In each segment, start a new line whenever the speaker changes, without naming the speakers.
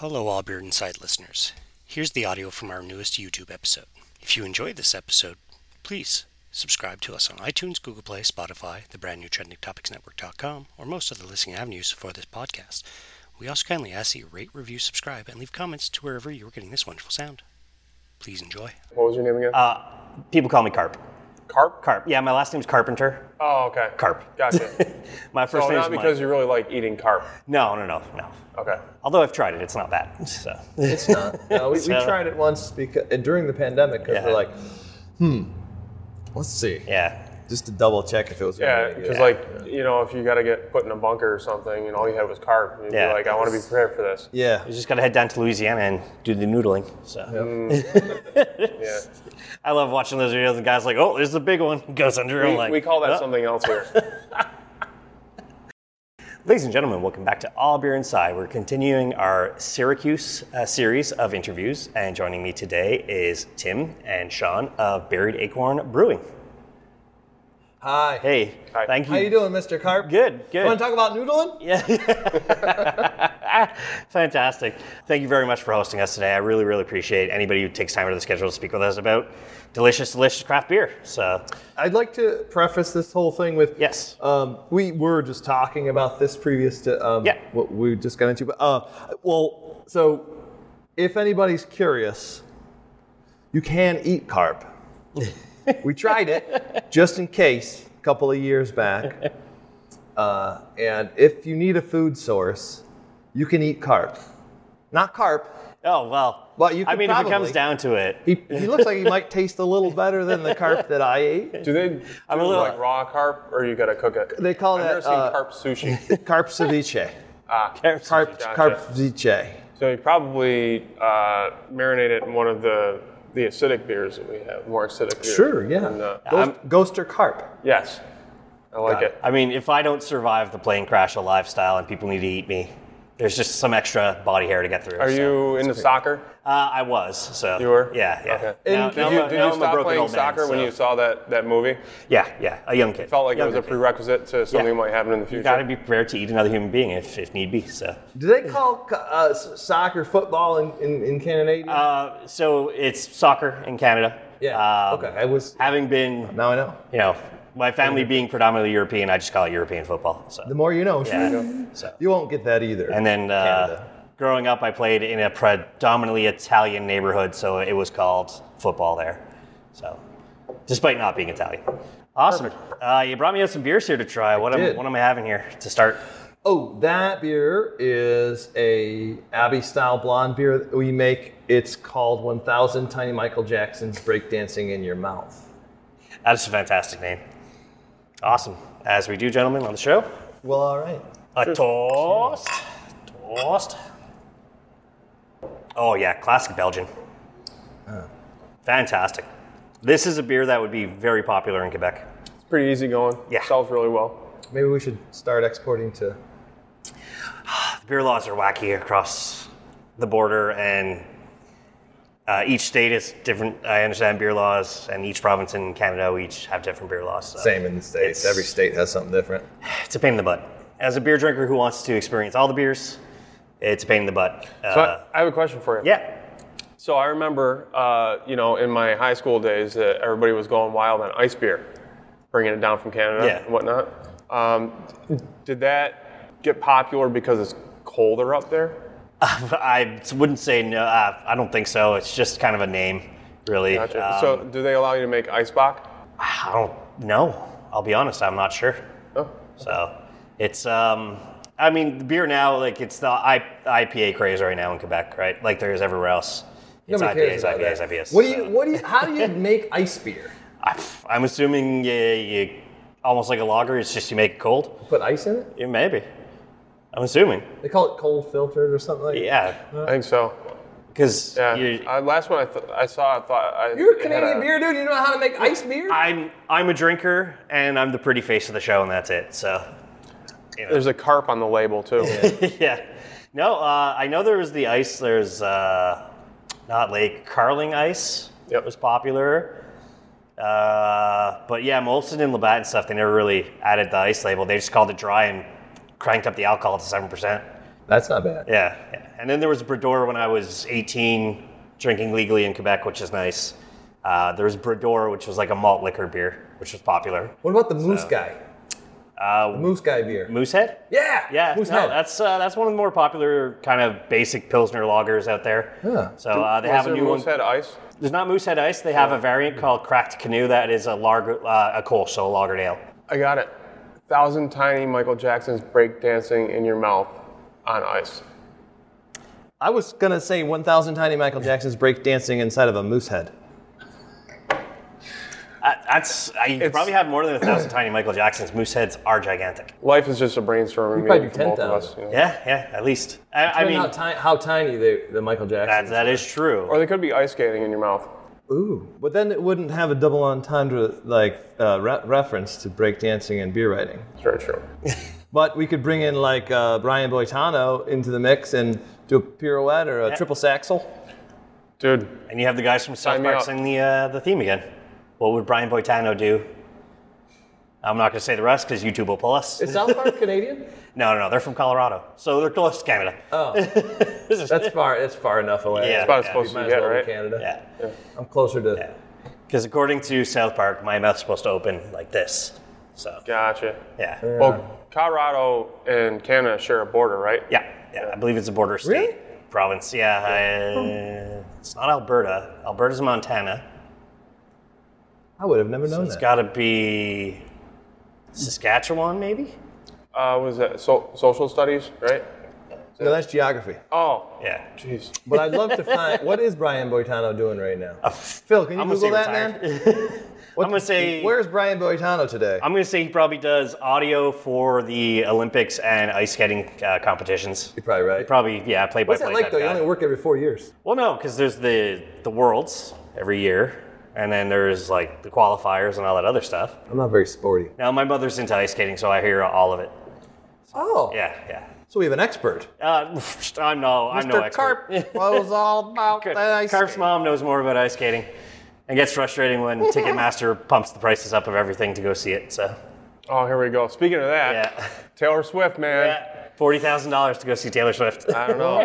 Hello, all Beard Inside listeners. Here's the audio from our newest YouTube episode. If you enjoyed this episode, please subscribe to us on iTunes, Google Play, Spotify, the brand new TrendingTopicsNetwork.com, or most of the listening avenues for this podcast. We also kindly ask that you rate, review, subscribe, and leave comments to wherever you're getting this wonderful sound. Please enjoy.
What was your name again?
Uh, People call me Carp.
Carp.
Carp. Yeah, my last name's Carpenter.
Oh, okay.
Carp.
Gotcha.
My first
so
name's
Oh, not because you really like eating carp.
No, no, no, no.
Okay.
Although I've tried it, it's not bad. So.
It's not. No, we, we tried it once because during the pandemic because
Yeah.
we're like, hmm, let's see,
Yeah.
just to double check if it was.
Yeah,
gonna be any
because
good.
like you know, if you got to get put in a bunker or something, and all you had was carp, you'd
Yeah.
be like, I want to be prepared for this.
yeah,
We just got to head down to Louisiana and do the noodling. So.
Yeah.
I love watching those videos. The guy's like, "Oh, there's the big one." Goes under.
We,
I'm like,
we call that
"Oh."
something else here.
Ladies and gentlemen, welcome back to All Beer Inside. We're continuing our Syracuse uh, series of interviews, and joining me today is Tim and Sean of Buried Acorn Brewing.
hi.
Hey,
Hi.
thank you.
How you doing, Mr. Carp?
Good, good.
Want to talk about noodling?
Fantastic. Thank you very much for hosting us today. I really, really appreciate anybody who takes time out of the schedule to speak with us about delicious, delicious craft beer. So,
I'd like to preface this whole thing with
yes.
Um, we were just talking about this previous to um,
Yeah.
what we just got into, but uh, well, so if anybody's curious, you can eat carp. we tried it just in case a couple of years back, uh, and if you need a food source, you can eat carp. Not carp.
Oh well.
Well, you
I
could
mean, if it comes
probably-
down to it,
He, he looks like he might taste a little better than the carp that I ate.
Do they do
a little-
like raw carp, or you got to cook it?
They call
I've
that,
never seen
uh,
carp sushi.
Carp ceviche.
ah.
Carp,
Gotcha.
carp ceviche.
So you probably uh, marinate it in one of the the acidic beers that we have, more acidic beers.
Sure, yeah.
And, uh,
Ghost, ghost or carp?
yes, I like it.
I mean, if I don't survive the plane crash of lifestyle and people need to eat me, there's just some extra body hair to get through.
Are
so.
you into soccer?
Uh, I was. So
You were?
Yeah, yeah.
Okay.
Now-
And
now
Did you,
I'm a-
did
now
you
I'm a
stop
broken
playing
old man,
soccer when
so-
you saw that, that movie? It
Yeah, yeah. A young kid.
felt like it
Younger
was a
kid.
prerequisite to something
Yeah.
that might happen in the
You
future.
got to be prepared to eat another human being if, if need be. So,
Do they call uh, s- soccer football in, in, in Canada?
uh, so it's soccer in Canada.
yeah.
Um,
okay. I was.
Having been,
Now I know.
you know, my family being predominantly European, I just call it European football. So,
The more you know.
yeah.
sure.
so.
You won't get that either.
And then uh,
Canada.
growing up, I played in a predominantly Italian neighborhood, so it was called football there. So, despite not being Italian. Awesome. Uh, you brought me up some beers here to try. What am,
did.
what am I having here to start?
Oh, that beer is a Abbey style blonde beer that we make. It's called 1000 Tiny Michael Jackson's Breakdancing in Your Mouth.
That is a fantastic name. Awesome. As we do, gentlemen, on the show,
Well, all right.
a toast. Toast. Oh, yeah, classic Belgian.
Oh.
Fantastic. This is a beer that would be very popular in Quebec.
it's pretty easy going.
Yeah.
Sells really well.
Maybe we should start exporting to.
beer laws are wacky across the border, and uh, each state is different. I understand beer laws, and each province in Canada, we each have different beer laws. So
Same in the States. Every state has something different.
It's a pain in the butt. As a beer drinker who wants to experience all the beers, it's a pain in the butt. Uh,
So I, I have a question for you.
yeah.
So I remember, uh, you know, in my high school days, that everybody was going wild on ice beer, bringing it down from Canada
Yeah.
and whatnot. Um, did that get popular because it's colder up there?
I wouldn't say no. Uh, I don't think so. It's just kind of a name, really.
Gotcha.
Um,
so do they allow you to make ice bock?
I don't know. I'll be honest. I'm not sure.
Oh.
So it's um I mean the beer now like it's the I, IPA craze right now in Quebec, right? Like there is everywhere else. It's
Nobody
IPAs,
cares about
IPAs,
that.
IPAs.
What do you?
so-
What do you? How do you make ice beer?
I, I'm assuming you, you almost like a lager. It's just you make it cold.
Put ice in it?
Yeah, maybe. I'm assuming.
They call it cold filtered or something like. that.
Yeah,
I think so.
because
Yeah. I, last one I, th- I saw, I thought I.
You're a
it had
Canadian beer dude. You know how to make ice beer?
I'm I'm a drinker and I'm the pretty face of the show and that's it. So
There's a carp on the label too.
yeah. No, uh, I know there was the ice. There's uh, not Lake Carling ice that
Yep.
was popular. Uh, but yeah, Molson and Labatt and stuff, they never really added the ice label. They just called it dry and cranked up the alcohol to 7%.
That's not bad.
Yeah, yeah. And then there was Bredor when I was 18, drinking legally in Quebec, which is nice. Uh, there was Bredor, which was like a malt liquor beer, which was popular.
What about the moose guy?
Uh,
The moose guy beer.
Moosehead?
Yeah.
Yeah,
Moose
no,
head.
that's uh, that's one of the more popular kind of basic pilsner lagers out there.
Yeah.
So uh, they have a
there
new one.
Moosehead Ice?
There's not Moosehead Ice. They have a variant called Cracked Canoe that is a lager, uh, a Kolsch, so a lagered ale.
I got it. Thousand tiny Michael Jackson's break dancing in your mouth on ice.
I was gonna say 1,000 tiny Michael Jackson's break dancing inside of a moose head.
Uh, that's I you probably have more than a thousand tiny Michael Jacksons. Mooseheads are gigantic.
Life is just a brainstorming
probably
meeting
do
for both of
10,000.
us. you know?
Yeah, yeah, at least. I, I
Depending
mean,
on how, ti- how tiny the, the Michael
that,
Jackson.
that is true.
Or they could be ice skating in your mouth.
Ooh. But then it wouldn't have a double entendre like uh, re- reference to break dancing and beer writing.
It's very true.
But we could bring in like uh, Brian Boitano into the mix and do a pirouette or a triple saxel.
Dude,
And you have the guys from South
Sign me
Park
up.
sing the uh, the theme again. What would Brian Boitano do? I'm not going to say the rest because YouTube will pull us.
Is South Park Canadian?
No, no, no. They're from Colorado, so they're close to Canada.
Uh,
That's far. That's far enough away.
Yeah.
It's
that's about as
yeah,
close
might
as
as
you get,
well be
right?
Canada.
yeah,
I'm closer to.
because according to South Park, my mouth's supposed to open like this. So
Gotcha.
yeah,
Well, Colorado and Canada share a border, right?
yeah, yeah. I believe it's a border state
Really?
province. Yeah, I- it's not Alberta. Alberta's Montana.
I would have
Oh,
never known
It's
that.
got to be Saskatchewan, maybe.
Uh, was that so- social studies, right?
no, that's geography.
Oh,
Yeah.
jeez.
But I'd love to find what is Brian Boitano doing right now.
Phil, can you
I'm gonna
Google
say
that,
retired.
man?
I'm gonna say
Where's Brian Boitano today?
I'm gonna say he probably does audio for the Olympics and ice skating uh, competitions.
You're probably right.
Probably, yeah, play by
What's
play.
that like though? You only work every four years.
Well, no, because there's the the worlds every year, and then there's like the qualifiers and all that other stuff.
I'm not very sporty.
Now my mother's into ice skating, so I hear all of it.
Oh.
Yeah, yeah.
so we have an expert.
Uh, I'm no, I'm no
Mr.
expert.
Carp knows all about
Good.
that ice.
Carp's mom knows more about ice skating, and gets frustrating when Ticketmaster pumps the prices up of everything to go see it. So,
Oh, here we go. Speaking of that,
yeah,
Taylor Swift, man.
yeah. forty thousand dollars to go see Taylor Swift.
I don't know.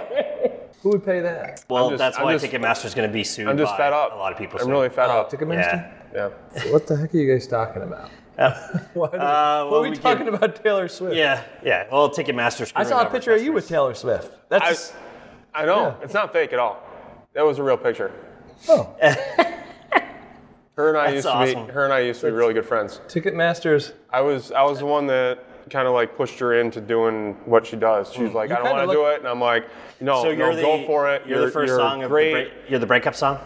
Who would pay that?
Well,
just-
that's
I'm
why
just-
Ticketmaster's going to be sued
I'm just
by
fed up.
a lot of people.
I'm
soon.
really fed
Oh,
up.
Ticketmaster.
Uh, Yeah.
Yeah.
What the heck are you guys talking about?
uh,
What
well,
What are we,
can-
talking about Taylor Swift?
Yeah, yeah. Well, Ticketmaster's.
I saw a picture of you with Taylor Swift.
I,
That's
I know. It's not fake at all. That was a real picture.
oh,
Her and I
That's
used to
awesome.
be her and I used to be really good friends.
Ticketmaster's.
I was I was the one that kind of like pushed her into doing what she does.
Mm.
She's like, I don't
kinda
want to
look-
do it, and I'm like, no,
So
no,
you're the,
go for it.
You're, the 1st song of
great.
the break, you're the breakup song.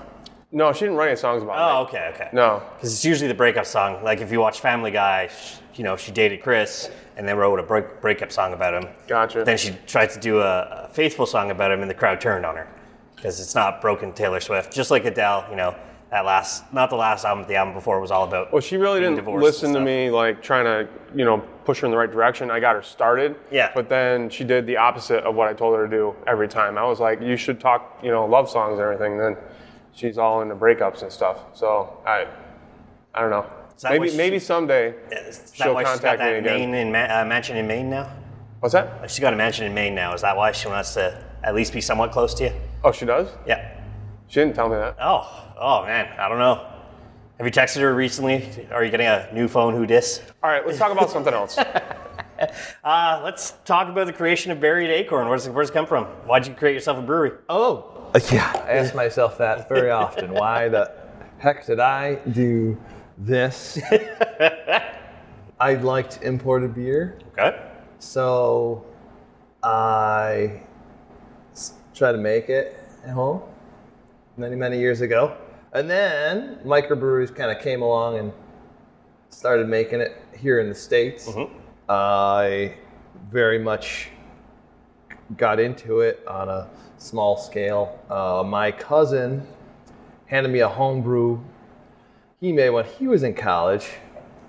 No, she didn't write any songs about
Oh,
me.
okay, okay.
No,
because it's usually the breakup song. Like if you watch Family Guy, sh you know she dated Chris and then wrote a break, breakup song about him.
Gotcha.
Then she tried to do a, a faithful song about him, and the crowd turned on her because it's not broken Taylor Swift. Just like Adele, you know that last, not the last album, but the album before was all about.
well, she really
being
didn't
divorced
listen
and
to
stuff.
me like trying to you know push her in the right direction. I got her started.
Yeah.
But then she did the opposite of what I told her to do every time. I was like, you should talk, you know, love songs and everything. then she's all into breakups and stuff. So I, I don't know.
that why
Maybe
she-
maybe someday.
Is that
She'll
why she's got
contact me
that
again.
Maine in Ma- uh, mansion in Maine now? Oh,
What's that?
She's got a mansion in Maine now. Is that why she wants to at least be somewhat close to you?
Oh, she does.
Yeah.
She didn't tell me that.
Oh, oh man, I don't know. Have you texted her recently? Are you getting a new phone? Who dis?
All right, let's talk about something else.
Uh, let's talk about the creation of Buried Acorn. Where's it, where's it come from? Why'd you create yourself a brewery?
Oh, Uh, yeah.
I ask myself that very often. Why the heck did I
Do this. I liked imported beer,
Okay.
so I s- tried to make it at home many, many years ago. And then microbreweries kind of came along and started making it here in the States. I very much got into it on a small scale. Uh, my cousin handed me a homebrew he made when he was in college.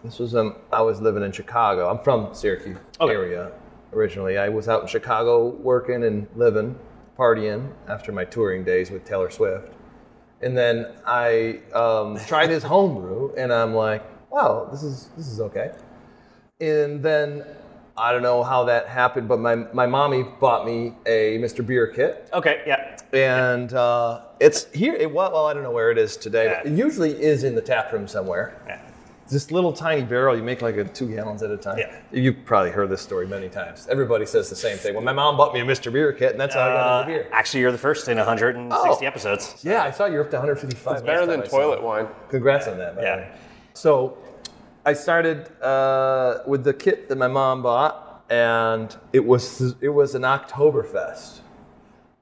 This was um, I was living in Chicago. I'm from Syracuse area originally. I was out in Chicago working and living, partying after my touring days with Taylor Swift. And then I um, tried his homebrew, and I'm like, "Wow, this is this is okay." And then I don't know how that happened, but my, my mommy bought me a Mr. Beer kit,
Okay, yeah.
and uh, it's here. It, wa- well, I don't know where it is today. But
Yeah.
it usually is in the tap room somewhere.
yeah.
This little tiny barrel, you make like a two gallons at a time.
Yeah.
You've probably heard this story many times. Everybody says the same thing. Well, my mom bought me a Mr. Beer kit, and that's how I got
Uh,
into beer.
actually, you're the first in 160
Oh.
episodes.
Yeah, I saw you're up to 155.
It's better
last
than
time I saw
toilet
it.
wine.
Congrats on that. by the
Yeah.
way. So I started uh, with the kit that my mom bought, and it was it was an Oktoberfest,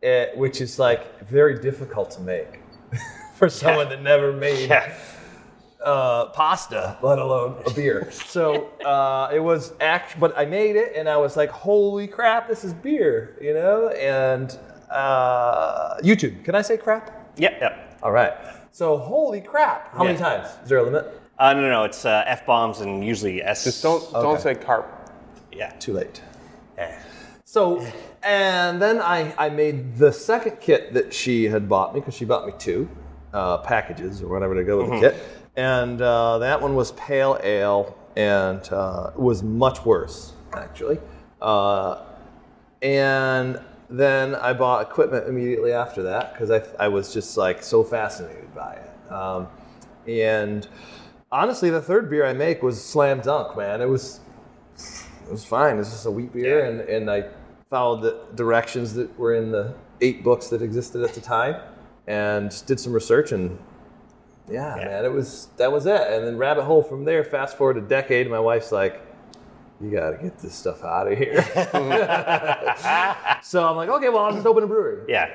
eh, which is like very difficult to make for someone that never made
Yeah.
uh, pasta, let alone a beer. so uh, it was act, but I made it, and I was like, "Holy crap, this is beer!" You know, and uh, YouTube. Can I say crap?
Yeah, yeah.
All right. So holy crap! How many
Yeah.
times? Is there a limit?
Uh, no, no, no, it's uh, F bombs and usually S.
Just don't don't say carp.
Yeah.
Too late.
yeah.
So, and then I, I made the second kit that she had bought me because she bought me two uh, packages or whatever to go with the kit. And uh, that one was pale ale and uh, was much worse, actually. Uh, and then I bought equipment immediately after that because I, I was just like so fascinated by it. Um, and honestly, the third beer I make was slam dunk, man. It was it was fine. It's just a wheat beer, and, and I followed the directions that were in the eight books that existed at the time, and just did some research and. Yeah, man, it was that was it, and then rabbit hole from there. Fast forward a decade, my wife's like, "You got to get this stuff out of here." So I'm like, okay, well, I'll just open a brewery.
Yeah.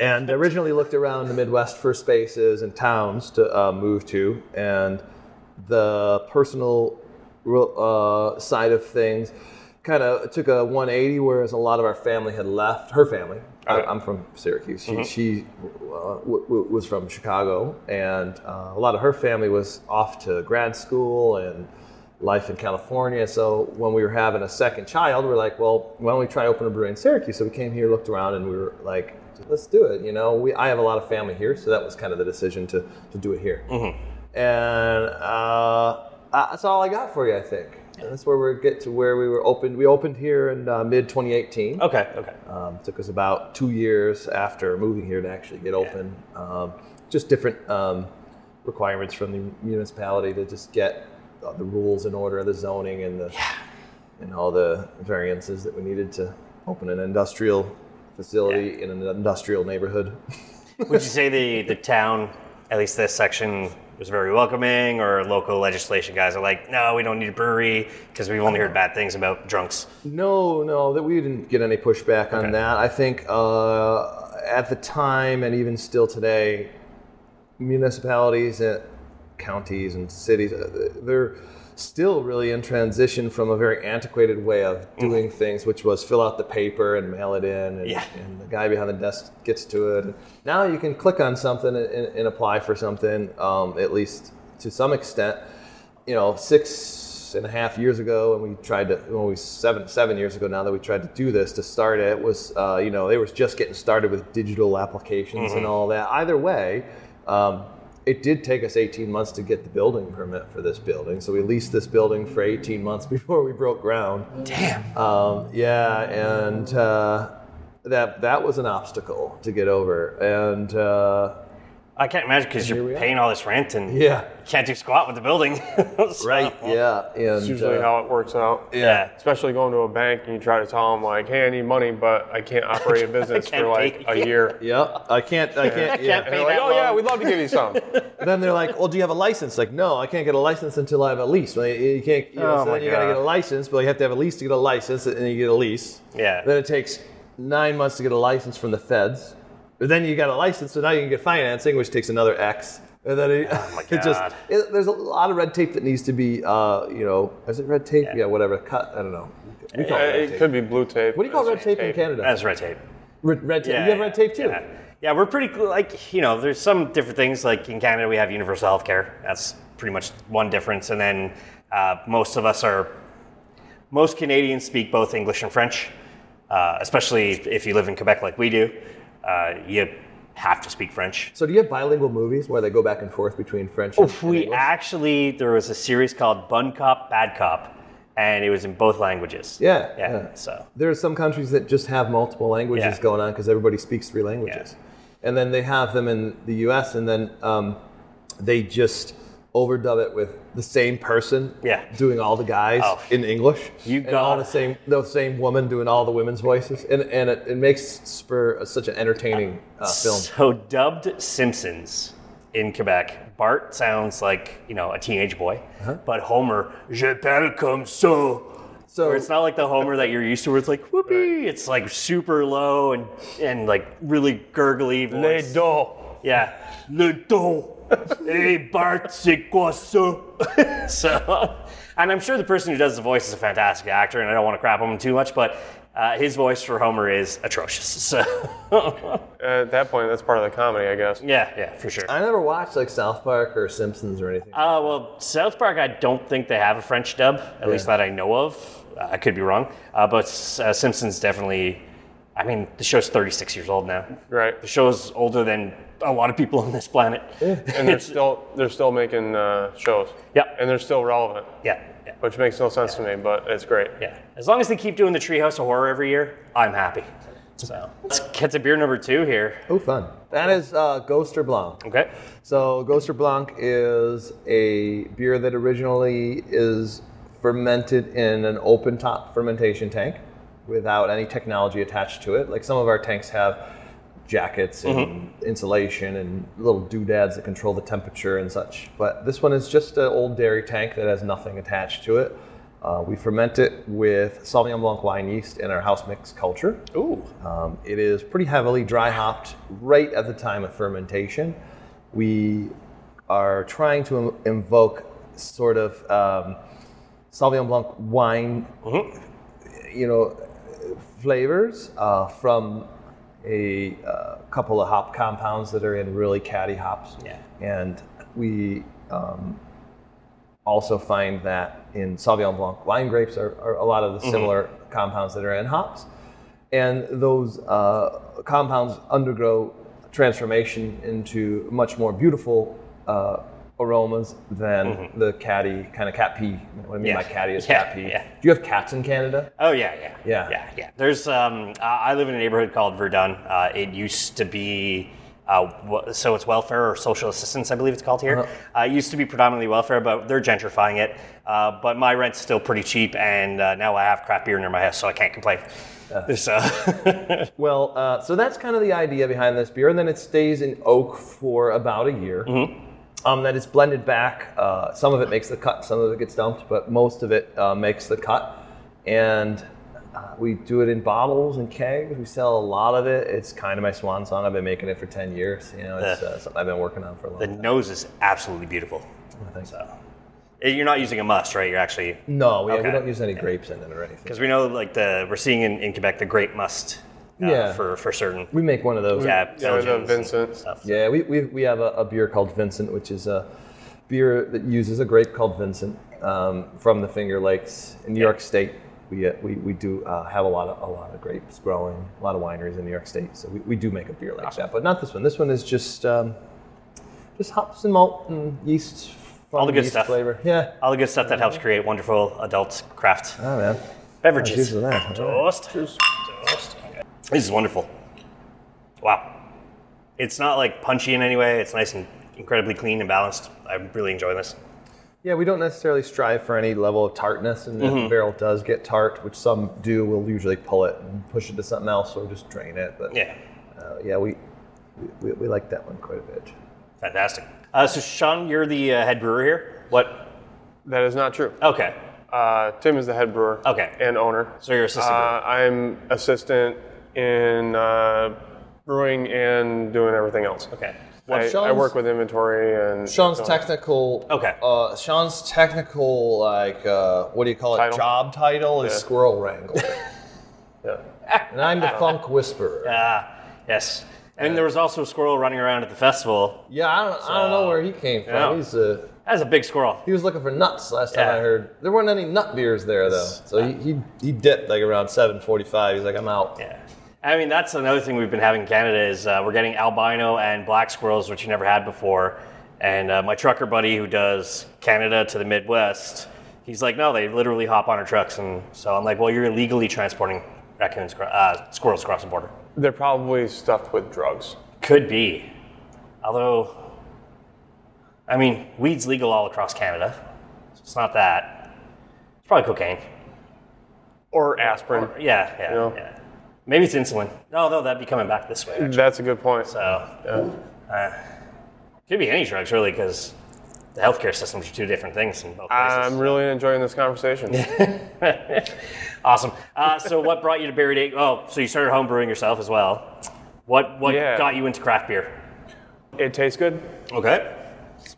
And I originally looked around the Midwest for spaces and towns to uh, move to, and the personal uh, side of things kind of took a 180, whereas a lot of our family had left. Her family, I, I'm from Syracuse. She, she uh, w- w- was from Chicago, and uh, a lot of her family was off to grad school and life in California. So when we were having a second child, we are like, well, why don't we try open a brewery in Syracuse? So we came here, looked around, and we were like, let's do it. You know, we I have a lot of family here, so that was kind of the decision to to do it here. And uh, uh, that's all I got for you, I think. And that's where we get to where we were opened. We opened here in uh, mid 2018.
Okay, okay.
Um, took us about two years after moving here to actually get open. Um, just different um, requirements from the municipality to just get uh, the rules in order, the zoning, and the and all the variances that we needed to open an industrial facility in an industrial neighborhood.
Would you say the, the town, at least this section, was very welcoming, or local legislation guys are like, no, we don't need a brewery because we've only heard bad things about drunks?
No, no, that we didn't get any pushback on
Okay.
that. I think uh, at the time and even still today, municipalities and counties and cities, uh, they're still really in transition from a very antiquated way of doing things, which was fill out the paper and mail it in, and,
Mm. Yeah.
and the guy behind the desk gets to it. Now you can click on something and, and, and apply for something, um, at least to some extent. You know, six and a half years ago, and we tried to, well, we seven seven years ago now that we tried to do this to start it was, uh, you know, they was just getting started with digital applications and all that. Either way, um, it did take us 18 months to get the building permit for this building, so we leased this building for 18 months before we broke ground.
Damn.
Um, yeah, and uh, that that was an obstacle to get over. And uh,
I can't imagine because
here we
you're
are.
paying all this rent and
yeah,
you can't do squat with the building. So-
right, yeah, and
It's usually
uh,
how it works out.
Yeah.
Especially going to a bank and you try to tell them like, hey, I need money, but I can't operate a business for
can't
like
pay
a year.
yeah, I can't, I can't, yeah.
And they're
pay
like,
that
oh yeah,
loan.
we'd love to give you some.
then they're like, "Well, do you have a license?" Like, no, I can't get a license until I have a lease. Well, you, you can't. You
Oh,
know, so
my
then you gotta
God.
get a license, but you have to have a lease to get a license, and then you get a lease.
Yeah.
Then it takes nine months to get a license from the feds. But then you got a license, so now you can get financing, which takes another X. And then it,
Oh my
it just
God.
it- there's a lot of red tape that needs to be, uh, you know, is it red tape? Yeah, whatever. Cut. I don't know. We call it, red
it
tape.
could be blue tape.
What do you call
It's
red
just
tape in Canada?
That's red tape.
Red, red tape. you have red tape too.
Yeah. Yeah, we're pretty cl- like you know. There's some different things like in Canada we have universal health care. That's pretty much one difference, and then uh, most of us are most Canadians speak both English and French, uh, especially if you live in Quebec like we do. Uh, you have to speak French.
So do you have bilingual movies where they go back and forth between French? and
We actually there was a series called Bun Cop Bad Cop, and it was in both languages.
Yeah,
Yeah.
yeah.
So
There are some countries that just have multiple languages
Yeah.
going on because everybody speaks three languages. And then they have them in the US and then um, they just overdub it with the same person
Yeah.
doing all the guys
Oh.
in English.
You
and all the
got-
same the same woman doing all the women's voices. And and it, it makes for such an entertaining uh, film.
So dubbed Simpsons in Quebec. Bart sounds like you know a teenage boy, but Homer, je parle comme ça.
So
Where it's not like the Homer that you're used to, where it's like whoopee. It's like super low and and like really gurgly voice. Yeah. Le don. hey Bart, c'est quoi ça? so, and I'm sure the person who does the voice is a fantastic actor, and I don't want to crap on him too much, but uh, his voice for Homer is atrocious. So,
At that point, that's part of the comedy, I guess.
yeah, yeah, for sure.
I never watched like South Park or Simpsons or anything.
Uh, well, South Park, I don't think they have a French dub, at least that I know of. Uh, I could be wrong. Uh, but uh, Simpsons definitely, I mean, the show's 36 years old now.
Right.
The show's older than a lot of people on this planet.
And they're still they're still making uh, shows.
Yeah.
And they're still relevant,
Yeah, yeah,
which makes no sense to me, but it's great.
yeah. As long as they keep doing the Treehouse of Horror every year, I'm happy. So, let's get to beer number two here.
Oh, fun. That is uh, Ghoster Blanc.
Okay.
So Ghoster Blanc is a beer that originally is fermented in an open top fermentation tank without any technology attached to it. Like some of our tanks have jackets and insulation and little doodads that control the temperature and such. But this one is just an old dairy tank that has nothing attached to it. Uh, we ferment it with Sauvignon Blanc wine yeast in our house mix culture.
Ooh.
Um, it is pretty heavily dry hopped right at the time of fermentation. We are trying to im- invoke sort of um, Sauvignon Blanc wine, you know, flavors uh, from a uh, couple of hop compounds that are in really catty hops.
Yeah.
And we um, also find that in Sauvignon Blanc wine grapes are, are a lot of
Mm-hmm.
the similar compounds that are in hops and those uh, compounds undergo transformation into much more beautiful uh, aromas than the catty kind of cat pee. What I mean
Mm-hmm. Yeah.
by catty is
Yeah,
cat pee.
yeah.
Do you have cats in Canada?
Oh yeah, yeah,
Yeah.
yeah, yeah. There's um, I I live in a neighborhood called Verdun. Uh, it used to be. Uh, wh- so it's welfare or social assistance, I believe it's called here. Uh, it used to be predominantly welfare, but they're gentrifying it. Uh, but my rent's still pretty cheap, and uh, now I have crap beer near my house, so I can't complain. so,
Well, uh, so that's kind of the idea behind this beer, and then it stays in oak for about a year.
Mm-hmm.
Um, that it's blended back. Uh, some of it makes the cut, some of it gets dumped, but most of it uh, makes the cut. And uh, we do it in bottles and kegs. We sell a lot of it. It's kind of my swan song. I've been making it for ten years. You know, it's
Yeah.
uh, something I've been working on for a long
the
time.
nose is absolutely beautiful.
I think.
So, Eh, you're not using a must, right? You're actually
No, yeah,
Okay.
we don't use any grapes in it or anything.
because we know like the we're seeing in, in Quebec the great must uh,
Yeah.
for for certain.
We make one of those.
Yeah,
Yeah, the
Belgians and
Vincent.
stuff.
Yeah, we, we, we have a, a beer called Vincent, which is a beer that uses a grape called Vincent um, from the Finger Lakes in New York State. We, uh, we, we do uh, have a lot of a lot of grapes growing, a lot of wineries in New York State. So we, we do make a beer like that, but not this one. This one is just um, just hops and malt and yeast, fun
All the good
yeast
stuff.
flavor. Yeah,
All the good stuff that helps create wonderful adult craft
oh, man. Cheers
beverages. Oh,
to that. All right.
Toast. Toast. Okay. This is wonderful. Wow. It's not like punchy in any way. It's nice and incredibly clean and balanced. I'm really enjoying this.
Yeah, we don't necessarily strive for any level of tartness, and
Mm-hmm.
if the barrel does get tart, which some do, we'll usually pull it and push it to something else, or just drain it. But
Yeah.
Uh, yeah, we, we we like that one quite a bit.
Fantastic. Uh, so Sean, you're the uh, head brewer here. What?
That is not true.
Okay.
Uh, Tim is the head brewer.
Okay.
And owner.
So you're assistant
Uh,
brewer.
I'm assistant in uh, brewing and doing everything else.
Okay.
I, I
Sean's-
work with inventory and
Sean's
so-
technical.
Okay.
Uh, Sean's technical, like, uh, what do you call it?
Title.
Job title is
Yeah.
squirrel wrangler,
Yeah.
and I'm the funk whisperer.
Ah, yes. And there was also a squirrel running around at the festival.
Yeah, I don't, I don't know where he came from.
Yeah.
He's a
That's a big squirrel.
he was looking for nuts last time I
Yeah.
heard. There weren't any nut beers there though, so he he, he dipped like around 7:45. He's like, I'm out.
Yeah. I mean, that's another thing we've been having in Canada is uh, we're getting albino and black squirrels, which you never had before. And uh, my trucker buddy who does Canada to the Midwest, He's like, no, they literally hop on our trucks, and so I'm like, well, you're illegally transporting raccoons, cro- uh, squirrels across the border.
They're probably stuffed with drugs.
Could be, although, I mean, weed's legal all across Canada, so it's not that. It's probably cocaine.
Or aspirin.
Yeah, yeah,
Yeah.
yeah. Maybe it's insulin. No, no, that'd be coming back this way. actually.
That's a good point.
So, uh, could be any drugs really, because the healthcare systems are two different things in both
I'm
places.
really enjoying this conversation.
awesome. Uh, so, what brought you to Buried Egg? Oh, so you started home brewing yourself as well. What what
Yeah.
got you into craft beer?
it tastes good.
Okay.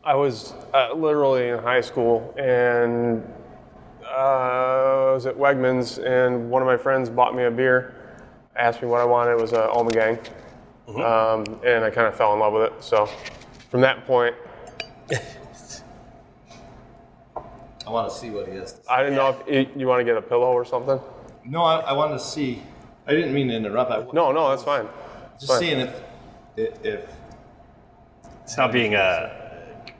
I was uh, literally in high school, and uh, I was at Wegmans, and one of my friends bought me a beer, asked me what I wanted. It was a Alma Gang, um, and I kind of fell in love with it. So from that point,
I want to see what he has. To say.
I didn't know if you, you want to get a pillow or something.
No, I, I wanted to see. I didn't mean to interrupt. I was
No, no, that's fine.
just
fine.
seeing if, if, if
It's not being uh,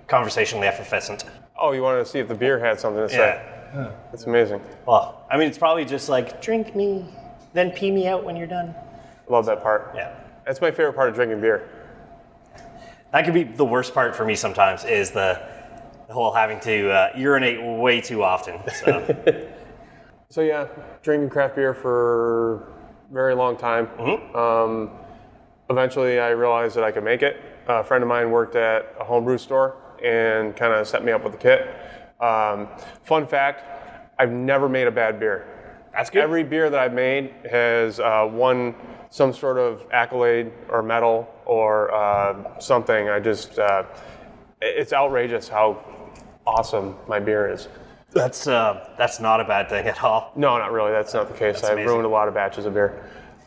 conversationally effervescent.
Oh, you wanted to see if the beer had something to say.
Yeah.
It's amazing.
Well, I mean, it's probably just like drink me, then pee me out when you're done.
Love that part.
Yeah.
That's my favorite part of drinking beer.
That could be the worst part for me sometimes is the, the whole having to uh, urinate way too often. So.
So yeah, drinking craft beer for a very long time.
Mm-hmm.
Um, eventually, I realized that I could make it. A friend of mine worked at a homebrew store and kind of set me up with a kit. Um, fun fact: I've never made a bad beer.
That's good.
Every beer that I've made has uh, won some sort of accolade or medal or uh, something. I just, uh, it's outrageous how awesome my beer is.
that's uh, that's not a bad thing at all.
No, not really. That's not the case. I've
amazing.
ruined a lot of batches of beer.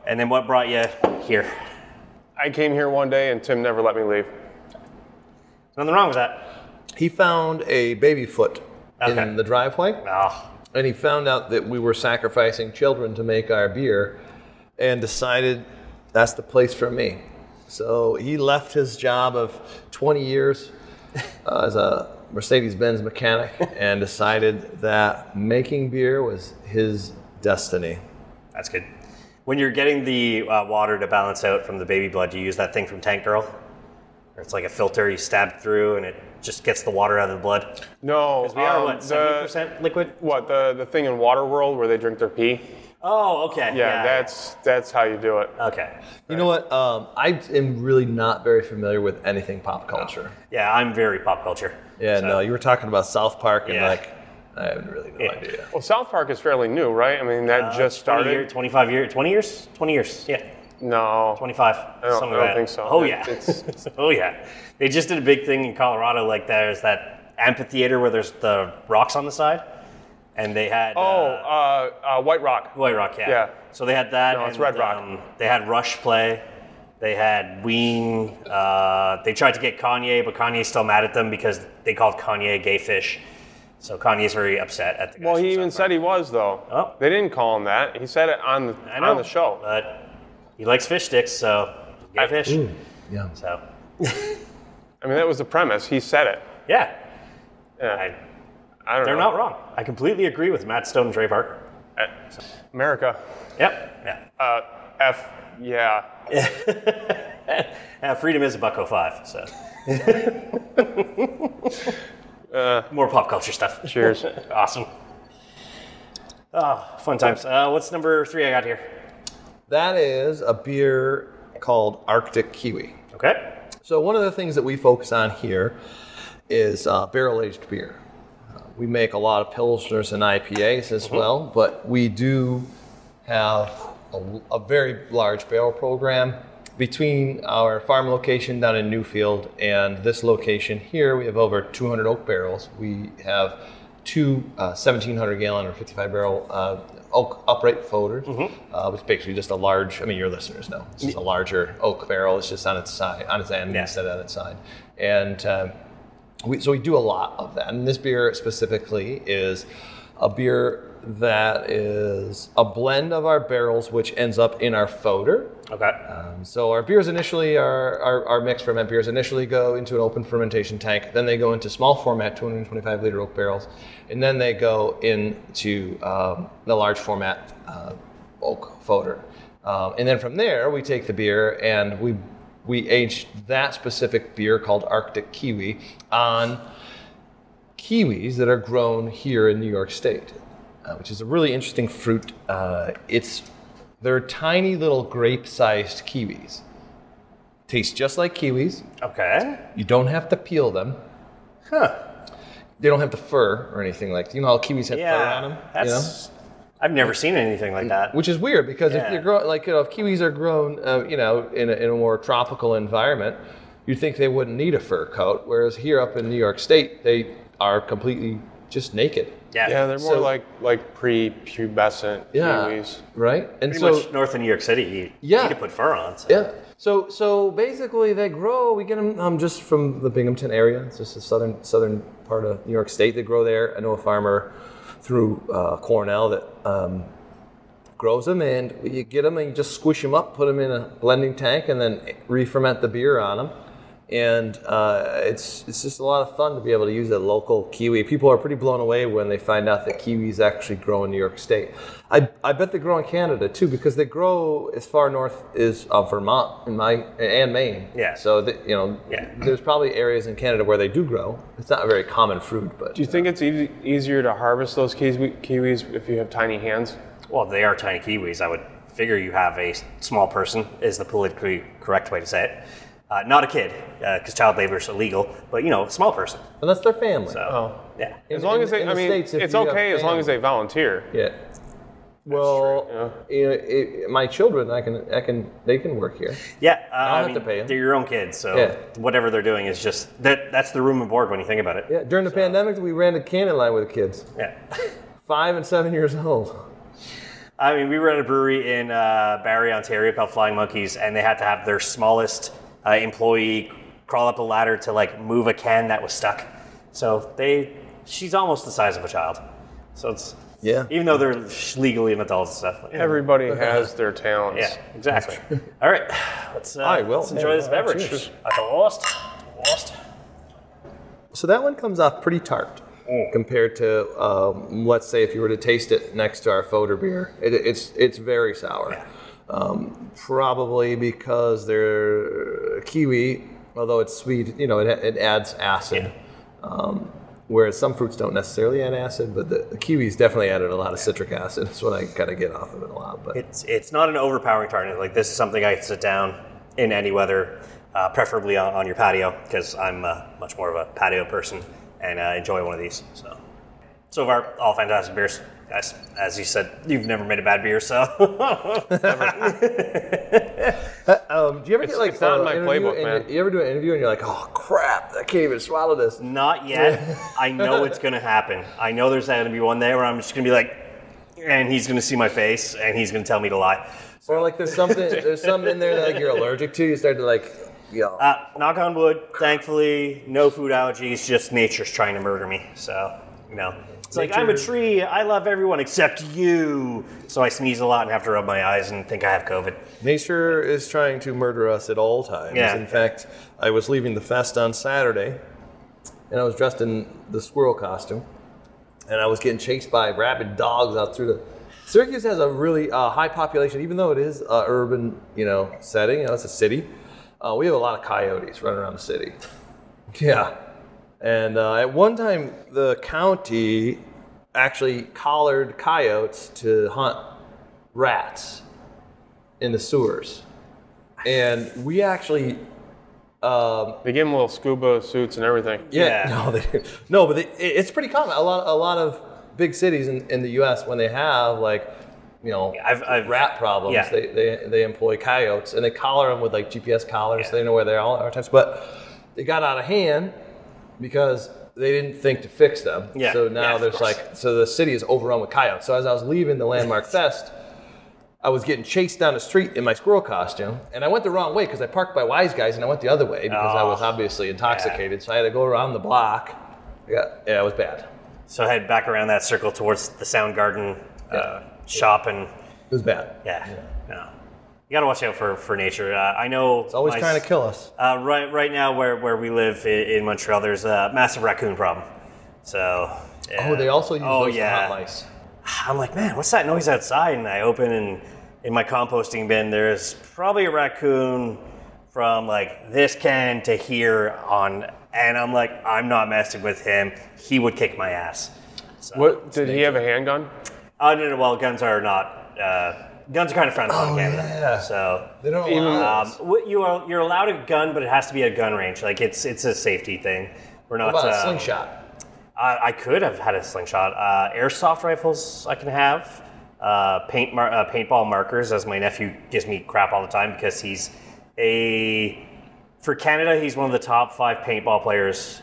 And then what brought you here?
I came here one day and Tim never let me leave.
Nothing wrong with that.
he found a baby foot
Okay.
in the driveway.
Oh,
and he found out that we were sacrificing children to make our beer and decided that's the place for me. So he left his job of 20 years uh, as a Mercedes Benz mechanic and decided that making beer was his destiny.
that's good. When you're getting the uh, water to balance out from the baby blood, you use that thing from Tank Girl. Or It's like a filter you stab through, and it just gets the water out of the blood.
No,
Because we are
um,
what seventy
the,
percent liquid.
what the the thing in Water World where they drink their pee?
Oh, okay.
Yeah, that's that's how you do it.
okay.
You know what? Um, I am really not very familiar with anything pop culture.
Yeah, I'm very pop culture.
Yeah, no, you were talking about South Park and
Yeah.
like, I have really no idea.
Well, South Park is fairly new, right? I mean, that just
20
started.
Uh, year, 25 years, 20 years, 20 years. Yeah,
No,
25.
I don't,
something
I
like
don't
that.
think so.
Oh
It-
yeah.
it's-
oh yeah. They just did a big thing in Colorado. Like there's that amphitheater where there's the rocks on the side, and they had
oh,
uh,
uh, uh, White Rock.
White Rock. Yeah.
yeah.
So they had that.
No, it's
and, um,
Red Rock.
they had Rush play. They had Ween. Uh, they tried to get Kanye, but Kanye's still mad at them because they called Kanye gay fish. So Kanye's very upset at the. guys
Well,
from
he
South
even
Park.
said he was though.
Oh.
They didn't call him that. He said it on the
I know,
on the show.
But he likes fish sticks, so gay fish.
Yeah.
So
I mean, that was the premise. He said it.
yeah,
Yeah.
I,
I don't
they're
know.
not wrong. I completely agree with Matt Stone and Trey Parker.
America.
Yep. Yeah.
Uh, F. Yeah.
Uh, freedom is a buck oh five. So. More pop culture stuff.
Cheers.
Awesome. Oh, fun times. Uh, what's number three I got here?
That is a beer called Arctic Kiwi.
Okay.
So one of the things that we focus on here is uh, barrel-aged beer. Uh, we make a lot of pilsners and IPAs as well, but we do have a, a very large barrel program. Between our farm location down in Newfield and this location here, we have over 200 oak barrels. We have two uh, 1,700 gallon or 55 barrel uh, oak upright folders, uh, which is basically just a large. I mean, your listeners know it's just a larger oak barrel. It's just on its side, on its end
Yeah.
instead of on its side, and. Um, we, so we do a lot of that. And this beer specifically is a beer that is a blend of our barrels, which ends up in our fodder.
Okay.
Um, so our beers initially are our, our mixed ferment beers initially go into an open fermentation tank. Then they go into small format 225 liter oak barrels, and then they go into um, the large format uh, oak fodder. Um, and then from there we take the beer and we we age that specific beer called Arctic Kiwi on kiwis that are grown here in New York State, uh, which is a really interesting fruit. Uh, it's they're tiny little grape-sized kiwis. Taste just like kiwis.
Okay.
You don't have to peel them.
Huh.
They don't have the fur or anything like. You know how kiwis have fur on them.
Yeah. That's. I've never seen anything like that.
Which is weird because
Yeah.
if you're grow like you know, if kiwis are grown, uh, you know, in a, in a more tropical environment, you'd think they wouldn't need a fur coat. Whereas here up in New York State, they are completely just naked.
Yeah.
Yeah, they're more
So-
like like prepubescent kiwis.
right. And
Pretty
so
much north of New York City, you
Yeah.
need to put fur on. So.
yeah. So so basically, they grow. We get them um, just from the Binghamton area. It's just the southern southern part of New York State. They grow there. I know a farmer through uh, Cornell that um, grows them, and you get them and you just squish them up, put them in a blending tank, and then re-ferment the beer on them. And uh, it's it's just a lot of fun to be able to use a local kiwi. People are pretty blown away when they find out that kiwis actually grow in New York State. I, I bet they grow in Canada too because they grow as far north as uh, Vermont and my and Maine.
Yeah.
So that you know,
Yeah.
there's probably areas in Canada where they do grow. It's not a very common fruit, but
Do you think it's easy, easier to harvest those kiwi, kiwis if you have tiny hands?
Well, they are tiny kiwis. I would figure you have a s- small person is the politically correct way to say it. Uh, not a kid, because child labor is illegal. But you know, a small person.
unless they're family.
So yeah.
In-
As long
in-
as they,
in
I
the
mean,
States, if
it's
you have
okay as long as
family-
they volunteer.
Yeah. Well, you know, it- my children, I can, I can, they can work here.
Yeah,
don't
uh, I
have
mean,
to pay 'em.
they're your own kids, so
Yeah.
whatever they're doing is just that. That's the room and board when you think about it.
Yeah. During the pandemic, we ran a cannon line with the kids,
Yeah.
five and seven years old.
I mean, we were at a brewery in uh, Barrie, Ontario, called Flying Monkeys, and they had to have their smallest uh, employee crawl up a ladder to like move a can that was stuck. So they, she's almost the size of a child. So it's
Yeah.
even though they're legally an adult and stuff. but-
Everybody has their talents.
Yeah, exactly. All right, let's, uh,
I will.
let's enjoy this
Yeah,
beverage.
cheers.
I lost, lost.
So that one comes off pretty tart
Mm.
compared to, um, let's say, if you were to taste it next to our fodder beer, it, it's it's very sour.
Yeah.
Um, probably because they're kiwi, although it's sweet, you know, it, it adds acid. Um, whereas some fruits don't necessarily add acid, but the, the kiwis definitely added a lot of citric acid. That's what I kind of get off of it a lot. But
It's it's not an overpowering tartness. Like this is something I could sit down in any weather, uh, preferably on, on your patio because I'm uh, much more of a patio person and uh, enjoy one of these. So so far, all fantastic beers. As, as you said, you've never made a bad beer, so
um, do you ever
It's-
get like
it's not in
uh,
my
interview
playbook,
and
man.
You, you ever do an interview and you're like, oh crap, I can't even swallow this.
not yet. I know it's gonna happen. I know there's gonna be one day where I'm just gonna be like, and he's gonna see my face and he's gonna tell me to lie.
Or like there's something there's something in there that like you're allergic to. You start to like, yo.
Uh, knock on wood. Thankfully, no food allergies. Just nature's trying to murder me. So, you know, it's like I'm a tree. I love everyone except you. So I sneeze a lot and have to rub my eyes and think I have COVID.
Nature is trying to murder us at all times.
Yeah.
In fact, I was leaving the fest on Saturday, and I was dressed in the squirrel costume, and I was getting chased by rabid dogs out through the. Syracuse has a really uh, high population, even though it is an urban, you know, setting. You know, it's a city. Uh, we have a lot of coyotes running around the city. Yeah. And uh, at one time, the county actually collared coyotes to hunt rats in the sewers. And we actually,
They give them little scuba suits and everything.
yeah,
Yeah.
no, they, no, but they, it- it's pretty common. A lot, a lot of big cities in, in the U.S. when they have like, you know,
I've- I've-
rat problems,
yeah.
they, they they employ coyotes and they collar them with like GPS collars. So they know where they are all the time. But they got out of hand because they didn't think to fix them.
Yeah.
So
Yeah,
now
of
there's
course.
like, so the city is overrun with coyotes. So as I was leaving the Landmark Fest, I was getting chased down the street in my squirrel costume, and I went the wrong way because I parked by Wise Guys, and I went the other
Oh,
way because I was obviously intoxicated. So I had to go around the block. Yeah, yeah, it was bad.
So head back around that circle towards the Sound Garden uh, shop, and
It was bad.
yeah, no. you got to watch out for for nature. Uh, I know
It's always trying to kill us.
Uh, right, right now where, where we live in, in Montreal, there's a massive raccoon problem. So.
Oh, they also use
oh,
those to
yeah.
hunt mice.
I'm like, man, what's that noise outside? And I open and in my composting bin, there's probably a raccoon from like this can to here on. And I'm like, I'm not messing with him. He would kick my ass. So,
What did he have a handgun?
Oh, no, no, well, guns are not. Uh, guns are kind of frowned upon in Canada.
Oh, yeah.
So
They don't
Even-
allow
um, what you are you're allowed a gun, but it has to be at a gun range. Like it's it's a safety thing. We're not
What about a
um,
slingshot?
I, I could have had a slingshot. Uh, airsoft rifles I can have. Uh, paint mar- uh, paintball markers, as my nephew gives me crap all the time because he's a for Canada. He's one of the top five paintball players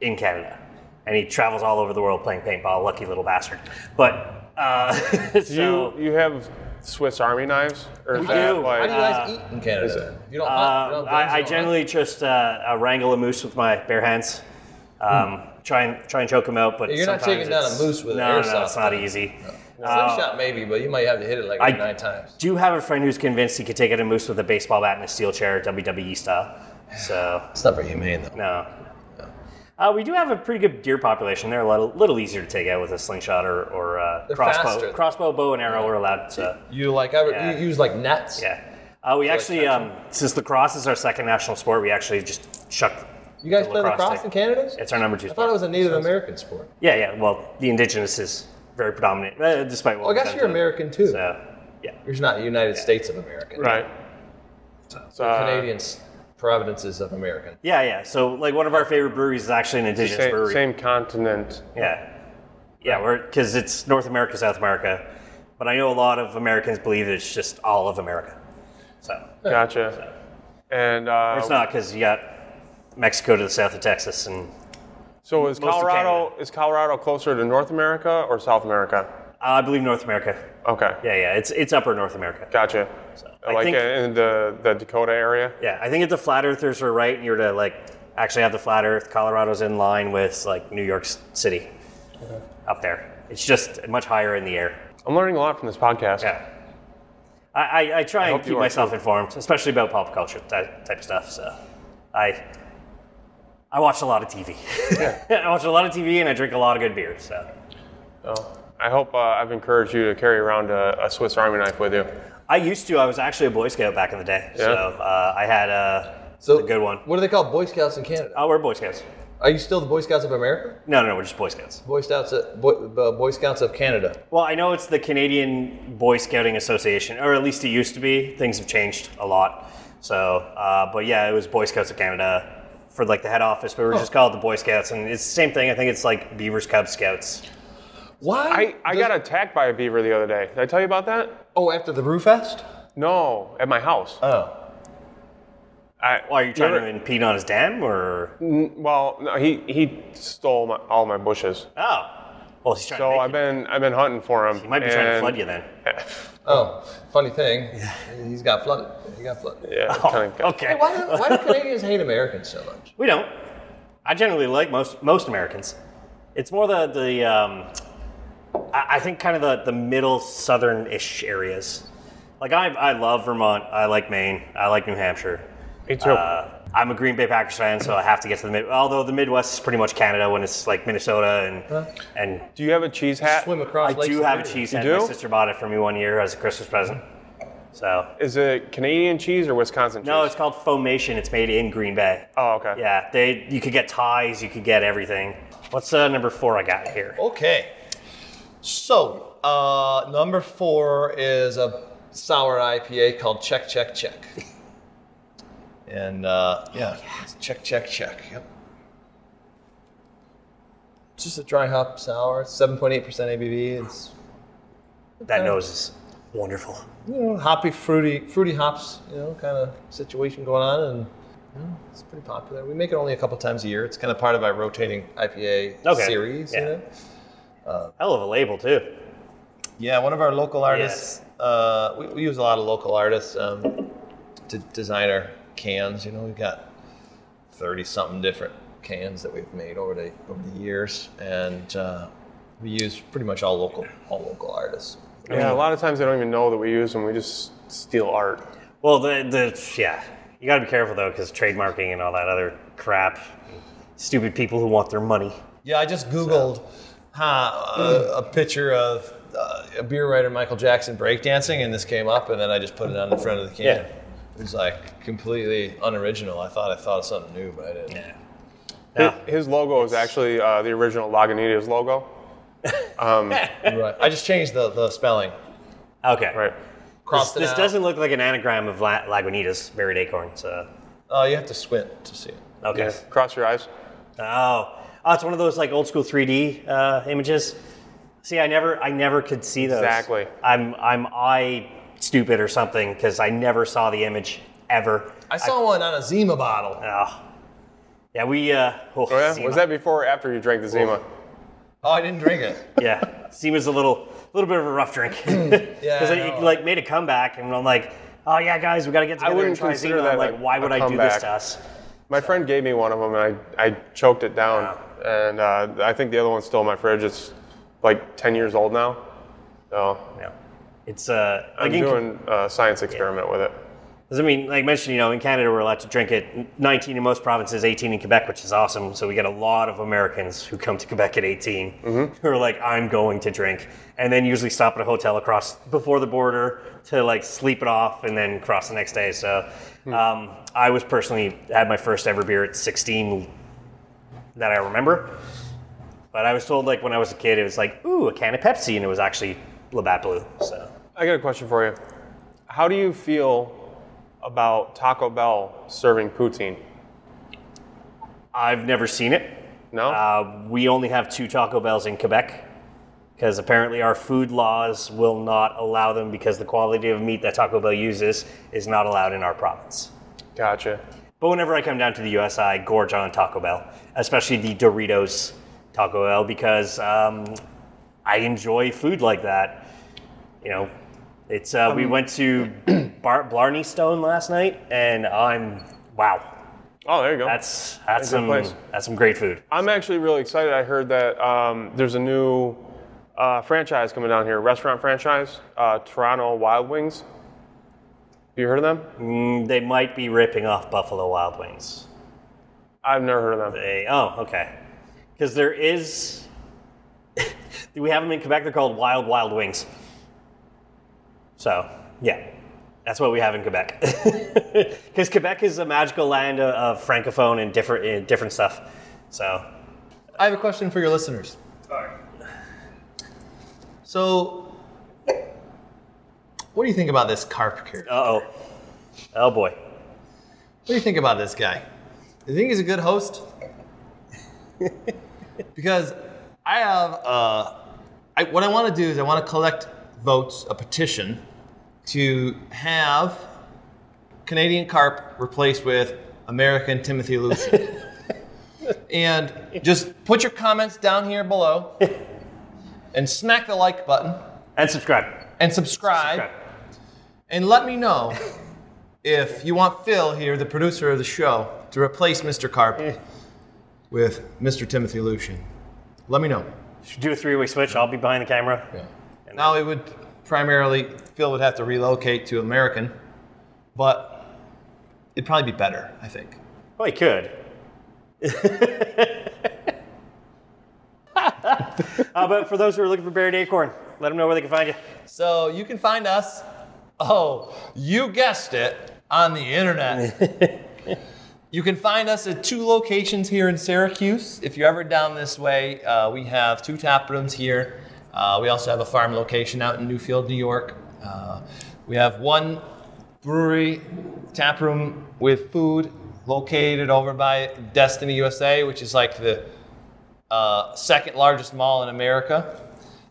in Canada, and he travels all over the world playing paintball. Lucky little bastard. But uh,
Do
so,
you you have Swiss Army knives? Or is
We
that
do.
How do you
like
guys eat in Canada? then? If you don't hunt, you
Uh,
don't hunt,
I, I
you don't hunt.
generally just uh, uh, wrangle a moose with my bare hands. Um, Try and try and choke him out, but
Hmm. You're not
sometimes
taking down a
it's-
moose with an
no, no,
airsoft Oh.
it's not
gun.
easy.
Slingshot maybe, but you might have to hit it like
uh, I-
nine times.
Do you have a friend who's convinced he could take out a moose with a baseball bat and a steel chair, WWE style? So
It's not very humane though.
no. Uh, we do have a pretty good deer population. They're a little, little easier to take out with a slingshot or, or uh,
They're
crossbow.
faster.
Crossbow, bow, and arrow are allowed to.
You like I would,
Yeah.
you use like nets.
Yeah. Uh, we actually, um, since lacrosse is our second national sport, we actually just chuck.
You guys
the
play lacrosse
thing.
in Canada?
It's our number two
I thought
sport.
it was a Native American sport.
yeah, yeah. Well, the indigenous is very predominant, uh, despite what.
Well, I
we've
guess
done
you're
to it.
American too.
So, yeah.
You're just not United States of America.
right? So, uh,
Canadians, Providences of American.
Yeah, yeah. So, like, one of our favorite breweries is actually an indigenous
Uh, same,
brewery.
same continent.
Yeah, yeah. We're because it's North America, South America, but I know a lot of Americans believe it's just all of America. So
Oh. Gotcha. And uh,
it's not because you got Mexico to the south of Texas, and
so is
most of
Colorado is Colorado closer to North America or South America?
uh, I believe North America.
Okay.
Yeah, yeah. It's it's upper North America.
Gotcha.
I
like uh,
think-
in the, the Dakota area.
Yeah, I think if the flat earthers were right, and you were to like actually have the flat Earth, Colorado's in line with like New York City, up there. It's just much higher in the air.
I'm learning a lot from this podcast.
Yeah. I, I, I try and
hope you
keep
are,
myself informed, especially about pop culture type, type of stuff. So I I watch a lot of TV. I watch a lot of TV and I drink a lot of good beer. So
So I hope uh, I've encouraged you to carry around a, a Swiss Army knife with you.
I used to. I was actually a Boy Scout back in the day. So uh, I had a,
So
a good one.
What do they call Boy Scouts in Canada?
Oh, we're Boy Scouts.
Are you still the Boy Scouts of America?
No, no, no, we're just Boy Scouts.
Boy Scouts, uh, Boy, uh, Boy Scouts of Canada.
Well, I know it's the Canadian Boy Scouting Association, or at least it used to be. Things have changed a lot. So, uh, but yeah, it was Boy Scouts of Canada for like the head office, but we were just called the Boy Scouts, and it's the same thing. I think it's like Beavers, Cub Scouts.
Why?
I, I
does-
got attacked by a beaver the other day. Did I tell you about that?
Oh, after the Brew Fest?
No, at my house.
Oh.
I,
Uh, Why are you trying
You're-
to impede on his dam, or oh,
well, no, he, he stole my, all my bushes.
Oh. well, he's trying to.
So
make
I've
you-
been I've been hunting for him.
He might be trying to
and-
flood you then.
Oh, funny thing. He's got flooded. He got flooded.
Yeah, kinda got-
Oh, Okay.
Why do, why do Canadians hate Americans so much?
We don't. I generally like most most Americans. It's more the the um, I, I think kind of the the middle southern-ish areas. Like I I love Vermont. I like Maine. I like New Hampshire.
Me too.
Uh, I'm a Green Bay Packers fan, so I have to get to the mid. Although the Midwest is pretty much Canada when it's like Minnesota and and
Do you have a cheese hat?
Swim across
I
Lake
do have
Superior.
a cheese
You
head. My
do?
sister bought it for me one year as a Christmas present. So
Is it Canadian cheese or Wisconsin cheese?
no, it's called Fomation. It's made in Green Bay.
Oh, okay.
Yeah, they you could get ties, you could get everything. What's uh, number four I got here?
Okay. So, uh, number four is a sour IPA called Check, Check, Check. And uh, yeah, it's Check, Check, Check. Yep. It's just a dry hop sour, 7.8% ABV. It's
That nose is wonderful.
you know, hoppy, fruity, fruity hops, you know, kind of situation going on, and you know, it's pretty popular. We make it only a couple times a year. It's kind of part of our rotating IPA
Okay.
series.
Yeah.
You know?
Hell of a label too.
Yeah, one of our local artists. Uh, we, we use a lot of local artists um, to design our cans. You know, we've got thirty something different cans that we've made over the over the years, and uh, we use pretty much all local all local artists.
Yeah, a lot of times they don't even know that we use them. We just steal art.
Well, the, the yeah, you got to be careful though, because trademarking and all that other crap, stupid people who want their money.
Yeah, I just Googled huh, a, a picture of uh, a beer writer Michael Jackson breakdancing, and this came up, and then I just put it on the front of the can.
Yeah.
It was like completely unoriginal. I thought I thought of something new, but I didn't.
Yeah.
Hi- His logo is actually uh, the original Lagunitas logo.
Right. I just changed the, the spelling.
Okay.
Right.
Crossed it
This
out.
doesn't look like an anagram of La- Lagunitas buried acorn. So
Oh, you have to squint to see it.
okay.
Yeah. Cross your eyes.
Oh. oh, it's one of those like old school 3D uh, images. See, I never, I never could see those.
Exactly.
I'm, I'm I stupid or something because I never saw the image ever.
I saw one on a Zima bottle.
Oh. Yeah, we. Uh, oh,
Oh, yeah?
Zima.
Was that before or after you drank the Zima?
Oh, I didn't drink it.
yeah, Zima's a little, little bit of a rough drink. yeah. Because
I
it,
know.
it, like made a comeback, and I'm like, oh yeah, guys, we got to get together and
wouldn't
try
consider
Zima.
that
I'm like,
a-
why would
a
I do this
comeback.
to us?
My friend gave me one of them and I, I choked it down. And uh, I think the other one's still in my fridge. It's like 10 years old now. So
Yeah. It's uh,
I'm
like in-
doing a science experiment with it.
Because I mean, like I mentioned, you know, in Canada we're allowed to drink it 19 in most provinces, 18 in Quebec, which is awesome. So we get a lot of Americans who come to Quebec at 18 who are like, "I'm going to drink," and then usually stop at a hotel across before the border to like sleep it off and then cross the next day. So um, I was personally had my first ever beer at 16 that I remember, but I was told like when I was a kid it was like, "Ooh, a can of Pepsi," and it was actually Labatt Blue. So
I got a question for you. How do you feel about Taco Bell serving poutine?
I've never seen it.
No?
Uh, we only have two Taco Bells in Quebec because apparently our food laws will not allow them because the quality of meat that Taco Bell uses is not allowed in our province.
gotcha.
But whenever I come down to the US, I gorge on Taco Bell, especially the Doritos Taco Bell because um, I enjoy food like that. You know, it's uh,
Um,
we went to Bar- Blarney Stone last night, and I'm wow.
Oh, there you go.
That's that's
good
some
place.
that's some great food.
I'm actually really excited. I heard that um, there's a new uh, franchise coming down here, restaurant franchise, uh, Toronto Wild Wings. Have you heard of them?
Mm, They might be ripping off Buffalo Wild Wings.
I've never heard of them.
They oh okay, because there is. we have them in Quebec. They're called Wild Wild Wings. So yeah, that's what we have in Quebec. Because Quebec is a magical land of, of francophone and different and different stuff. So
I have a question for your listeners. So, what do you think about this carp character?
uh oh, oh boy.
What do you think about this guy? Do you think he's a good host? because I have, uh, I, what I want to do is I want to collect votes, a petition, to have Canadian carp replaced with American Timothy Lucian. and just put your comments down here below and smack the like button
And subscribe.
and subscribe,
Subscribe.
and let me know if you want Phil here, the producer of the show, to replace Mr. Carp with Mr. Timothy Lucian. Let me know.
Should we do a three-way switch. I'll be behind the camera.
Now it would primarily Phil would have to relocate to American, but it'd probably be better, I think.
Well, he could. uh, but for those who are looking for Buried Acorn, let them know where they can find you.
So you can find us. Oh, you guessed it on the internet. you can find us at two locations here in Syracuse. If you're ever down this way, uh, we have two tap rooms here. Uh, we also have a farm location out in Newfield, New York. Uh, we have one brewery tap room with food located over by Destiny USA, which is like the uh, second largest mall in America.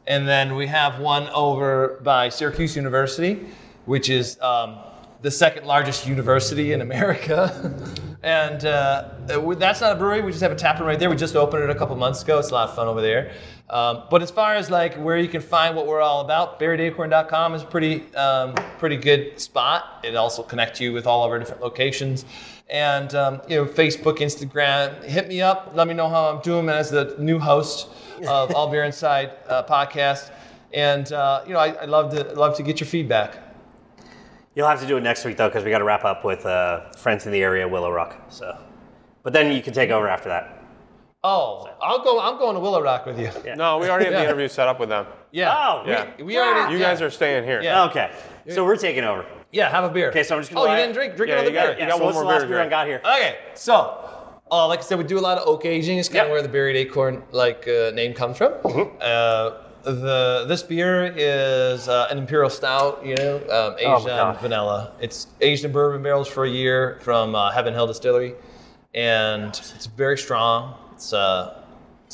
And then we have one over by Syracuse University, which is um, the second largest university in America. and uh, we- that's not a brewery. We just have a tap room right there. We just opened it a couple months ago. It's a lot of fun over there. Um, but as far as like where you can find what we're all about, buriredacorn.com is a pretty um, pretty good spot. It also connects you with all of our different locations. and um, you know Facebook, Instagram. Hit me up. Let me know how I'm doing as the new host of All Beer Inside uh, podcast. And uh, you know, I, I love to love to get your feedback.
You'll have to do it next week though, because we got to wrap up with uh, friends in the area, Willow Rock. So, but then you can take over after that.
Oh, I'll go. I'm going to Willow Rock with you. Yeah.
No, we already have the
Yeah.
interview set up with them.
Oh,
Yeah.
We, we already.
You
yeah.
guys are staying here.
Yeah.
Okay, so we're taking over.
Yeah, have a beer.
Okay, so I'm just gonna
Oh,
lie.
you didn't drink? Drink
Yeah,
another
you got
beer.
it.
Yeah,
got
so
one
what's
more
the last
beer,
beer I
Jack.
got here?
Okay, so uh, like I said, we do a lot of oak aging. It's kind
Yep.
of where the buried acorn like uh, name comes from. Uh, the this beer is uh, an imperial stout, you know, um,
my
aged on
God.
vanilla. It's aged in bourbon barrels for a year from uh, Heaven Hill Distillery, and it's very strong. It's uh,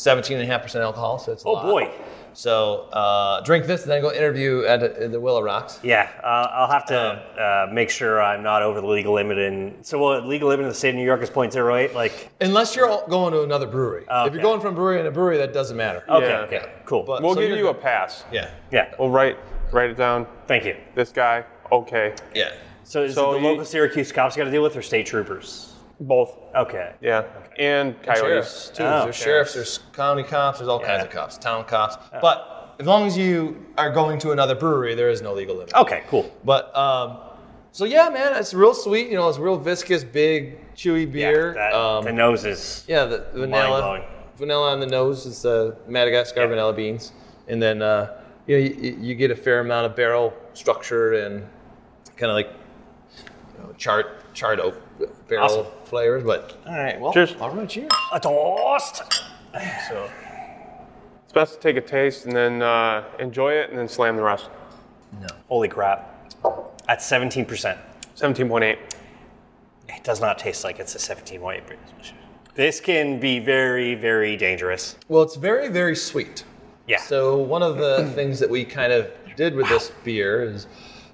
17.5% alcohol, so it's a
Oh,
lot.
boy.
So uh, drink this and then go interview at, uh, the Willow Rocks.
Yeah, uh, I'll have to uh, make sure I'm not over the legal limit. In so, well, legal limit in the state of New York is .08. Like,
Unless you're all- going to another brewery. If
Okay. Oh,
you're going from brewery to brewery, that doesn't matter.
okay,
Yeah.
okay,
Yeah.
cool.
But-
We'll
So
give
you're
you a
good.
pass.
Yeah.
yeah,
We'll write write it down.
thank you.
This guy, okay.
Yeah.
So, is
So
it the
you-
local Syracuse cops got to deal with, or state troopers?
Both.
Okay.
Yeah. And
Sheriffs,
coyotes.
too.
Oh,
there's sheriffs, there's county cops, there's all kinds of cops, town cops. But as long as you are going to another brewery, there is no legal limit.
Okay, cool.
But um, so yeah, man, it's real sweet. You know, it's real viscous, big, chewy beer.
Yeah, that,
um,
the nose is.
yeah, the
blowing.
vanilla, vanilla on the nose is uh, Madagascar vanilla beans, and then uh, you, know, you you get a fair amount of barrel structure and kind of like you know, charred charred oak barrel
Awesome.
flavors. But all right, well,
Cheers.
all right, cheers.
A toast.
So.
It's best to take a taste and then uh, enjoy it and then slam the rest.
Holy crap! At 17%,
17.8.
it does not taste like it's a 17.8. This can be very, very dangerous.
Well, it's very, very sweet.
Yeah.
So, one of the things that we kind of did with this beer is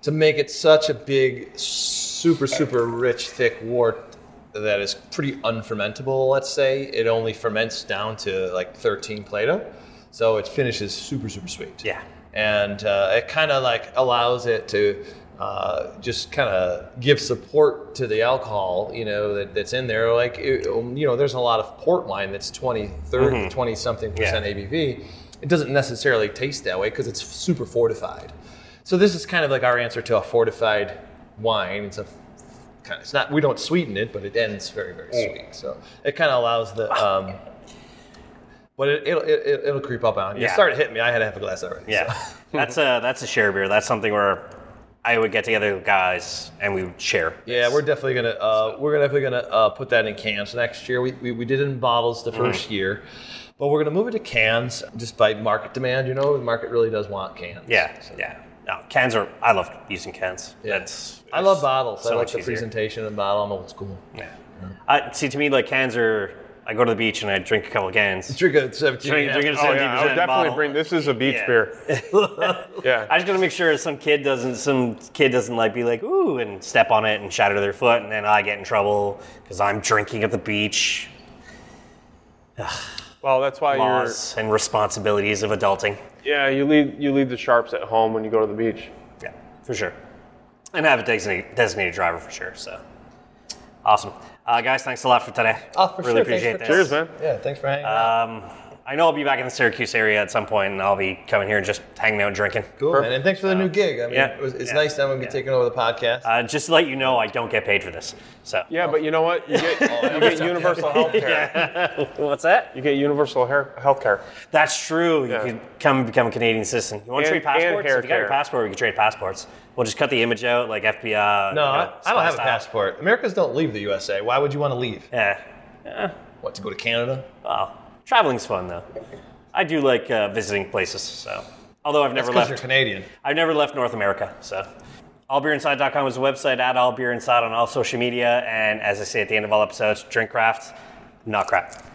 to make it such a big, super, super rich, thick wort that is pretty unfermentable, let's say. It only ferments down to like 13 Play Doh. So, it finishes super, super sweet.
Yeah.
And uh, it kind of like allows it to. Uh, just kind of give support to the alcohol, you know, that, that's in there. Like, it- um, you know, there's a lot of port wine that's 20, 30, 20 something percent ABV. It doesn't necessarily taste that way because it's super fortified. So this is kind of like our answer to a fortified wine. It's a kind of, it's not, we don't sweeten it, but it ends very, very sweet. So it kind of allows the, um, but it, it'll, it, it'll creep up on you.
Yeah.
It started hitting me. I had to have a glass already.
Yeah,
so.
that's a that's a share beer. That's something where I would get together with guys and we would share.
Yeah, we're definitely gonna uh, we're definitely gonna uh, put that in cans next year. We, we, we did it in bottles the
Mm-hmm.
1st year, but we're gonna move it to cans just by market demand. You know, the market really does want cans.
Yeah, yeah. No, cans are. I love using cans.
Yeah.
That's,
I love
it's
bottles.
so
I like
much
the
easier.
presentation of the bottle. I'm old school.
Yeah. I, see, to me, like cans are. I go to the beach and I drink a couple of cans.
Drink a 17.
Drink, drink a
Oh,
17%
yeah. I would definitely
bottle.
bring this is a beach
Yeah.
beer. yeah.
I just gotta make sure some kid doesn't some kid doesn't like be like ooh and step on it and shatter their foot and then I get in trouble because I'm drinking at the beach.
well, that's why you're
Laws and responsibilities of adulting.
Yeah, you leave you leave the sharps at home when you go to the beach.
Yeah, for sure. And have a designated, designated driver for sure. So awesome, uh, guys! Thanks a lot for today.
Uh,
Oh, for
really
sure. Thanks
appreciate
for-
this.
Cheers, man.
Yeah, thanks for hanging. out.
Um, I know I'll be back in the Syracuse area at some point, and I'll be coming here and just hanging out and drinking.
cool, man. And thanks for the new gig. I mean,
yeah,
it was, it's
yeah,
nice that I'm gonna be
yeah.
taking over the podcast.
Uh, just to let you know, I don't get paid for this. So
Yeah, but you know what? You get, you get universal health care.
what's that?
You get universal hair, health care.
That's true. You
Yeah.
can come become a Canadian citizen. You want to
And-
trade
and
passports?
hair
if you got your
care.
passport, we can trade passports. We'll just cut the image out, like
no,
FBI. you know,
I, I don't
spy
have a
style.
passport. Americans don't leave the USA. Why would you want to leave?
Yeah.
What to go to Canada?
Well, traveling's fun though. I do like uh, visiting places. So, although I've
That's
never
because you're
left,
Canadian.
I've never left North America. So, allbeerinside.com is the website. At allbeerinside on all social media, and as I say at the end of all episodes, drink craft, not crap.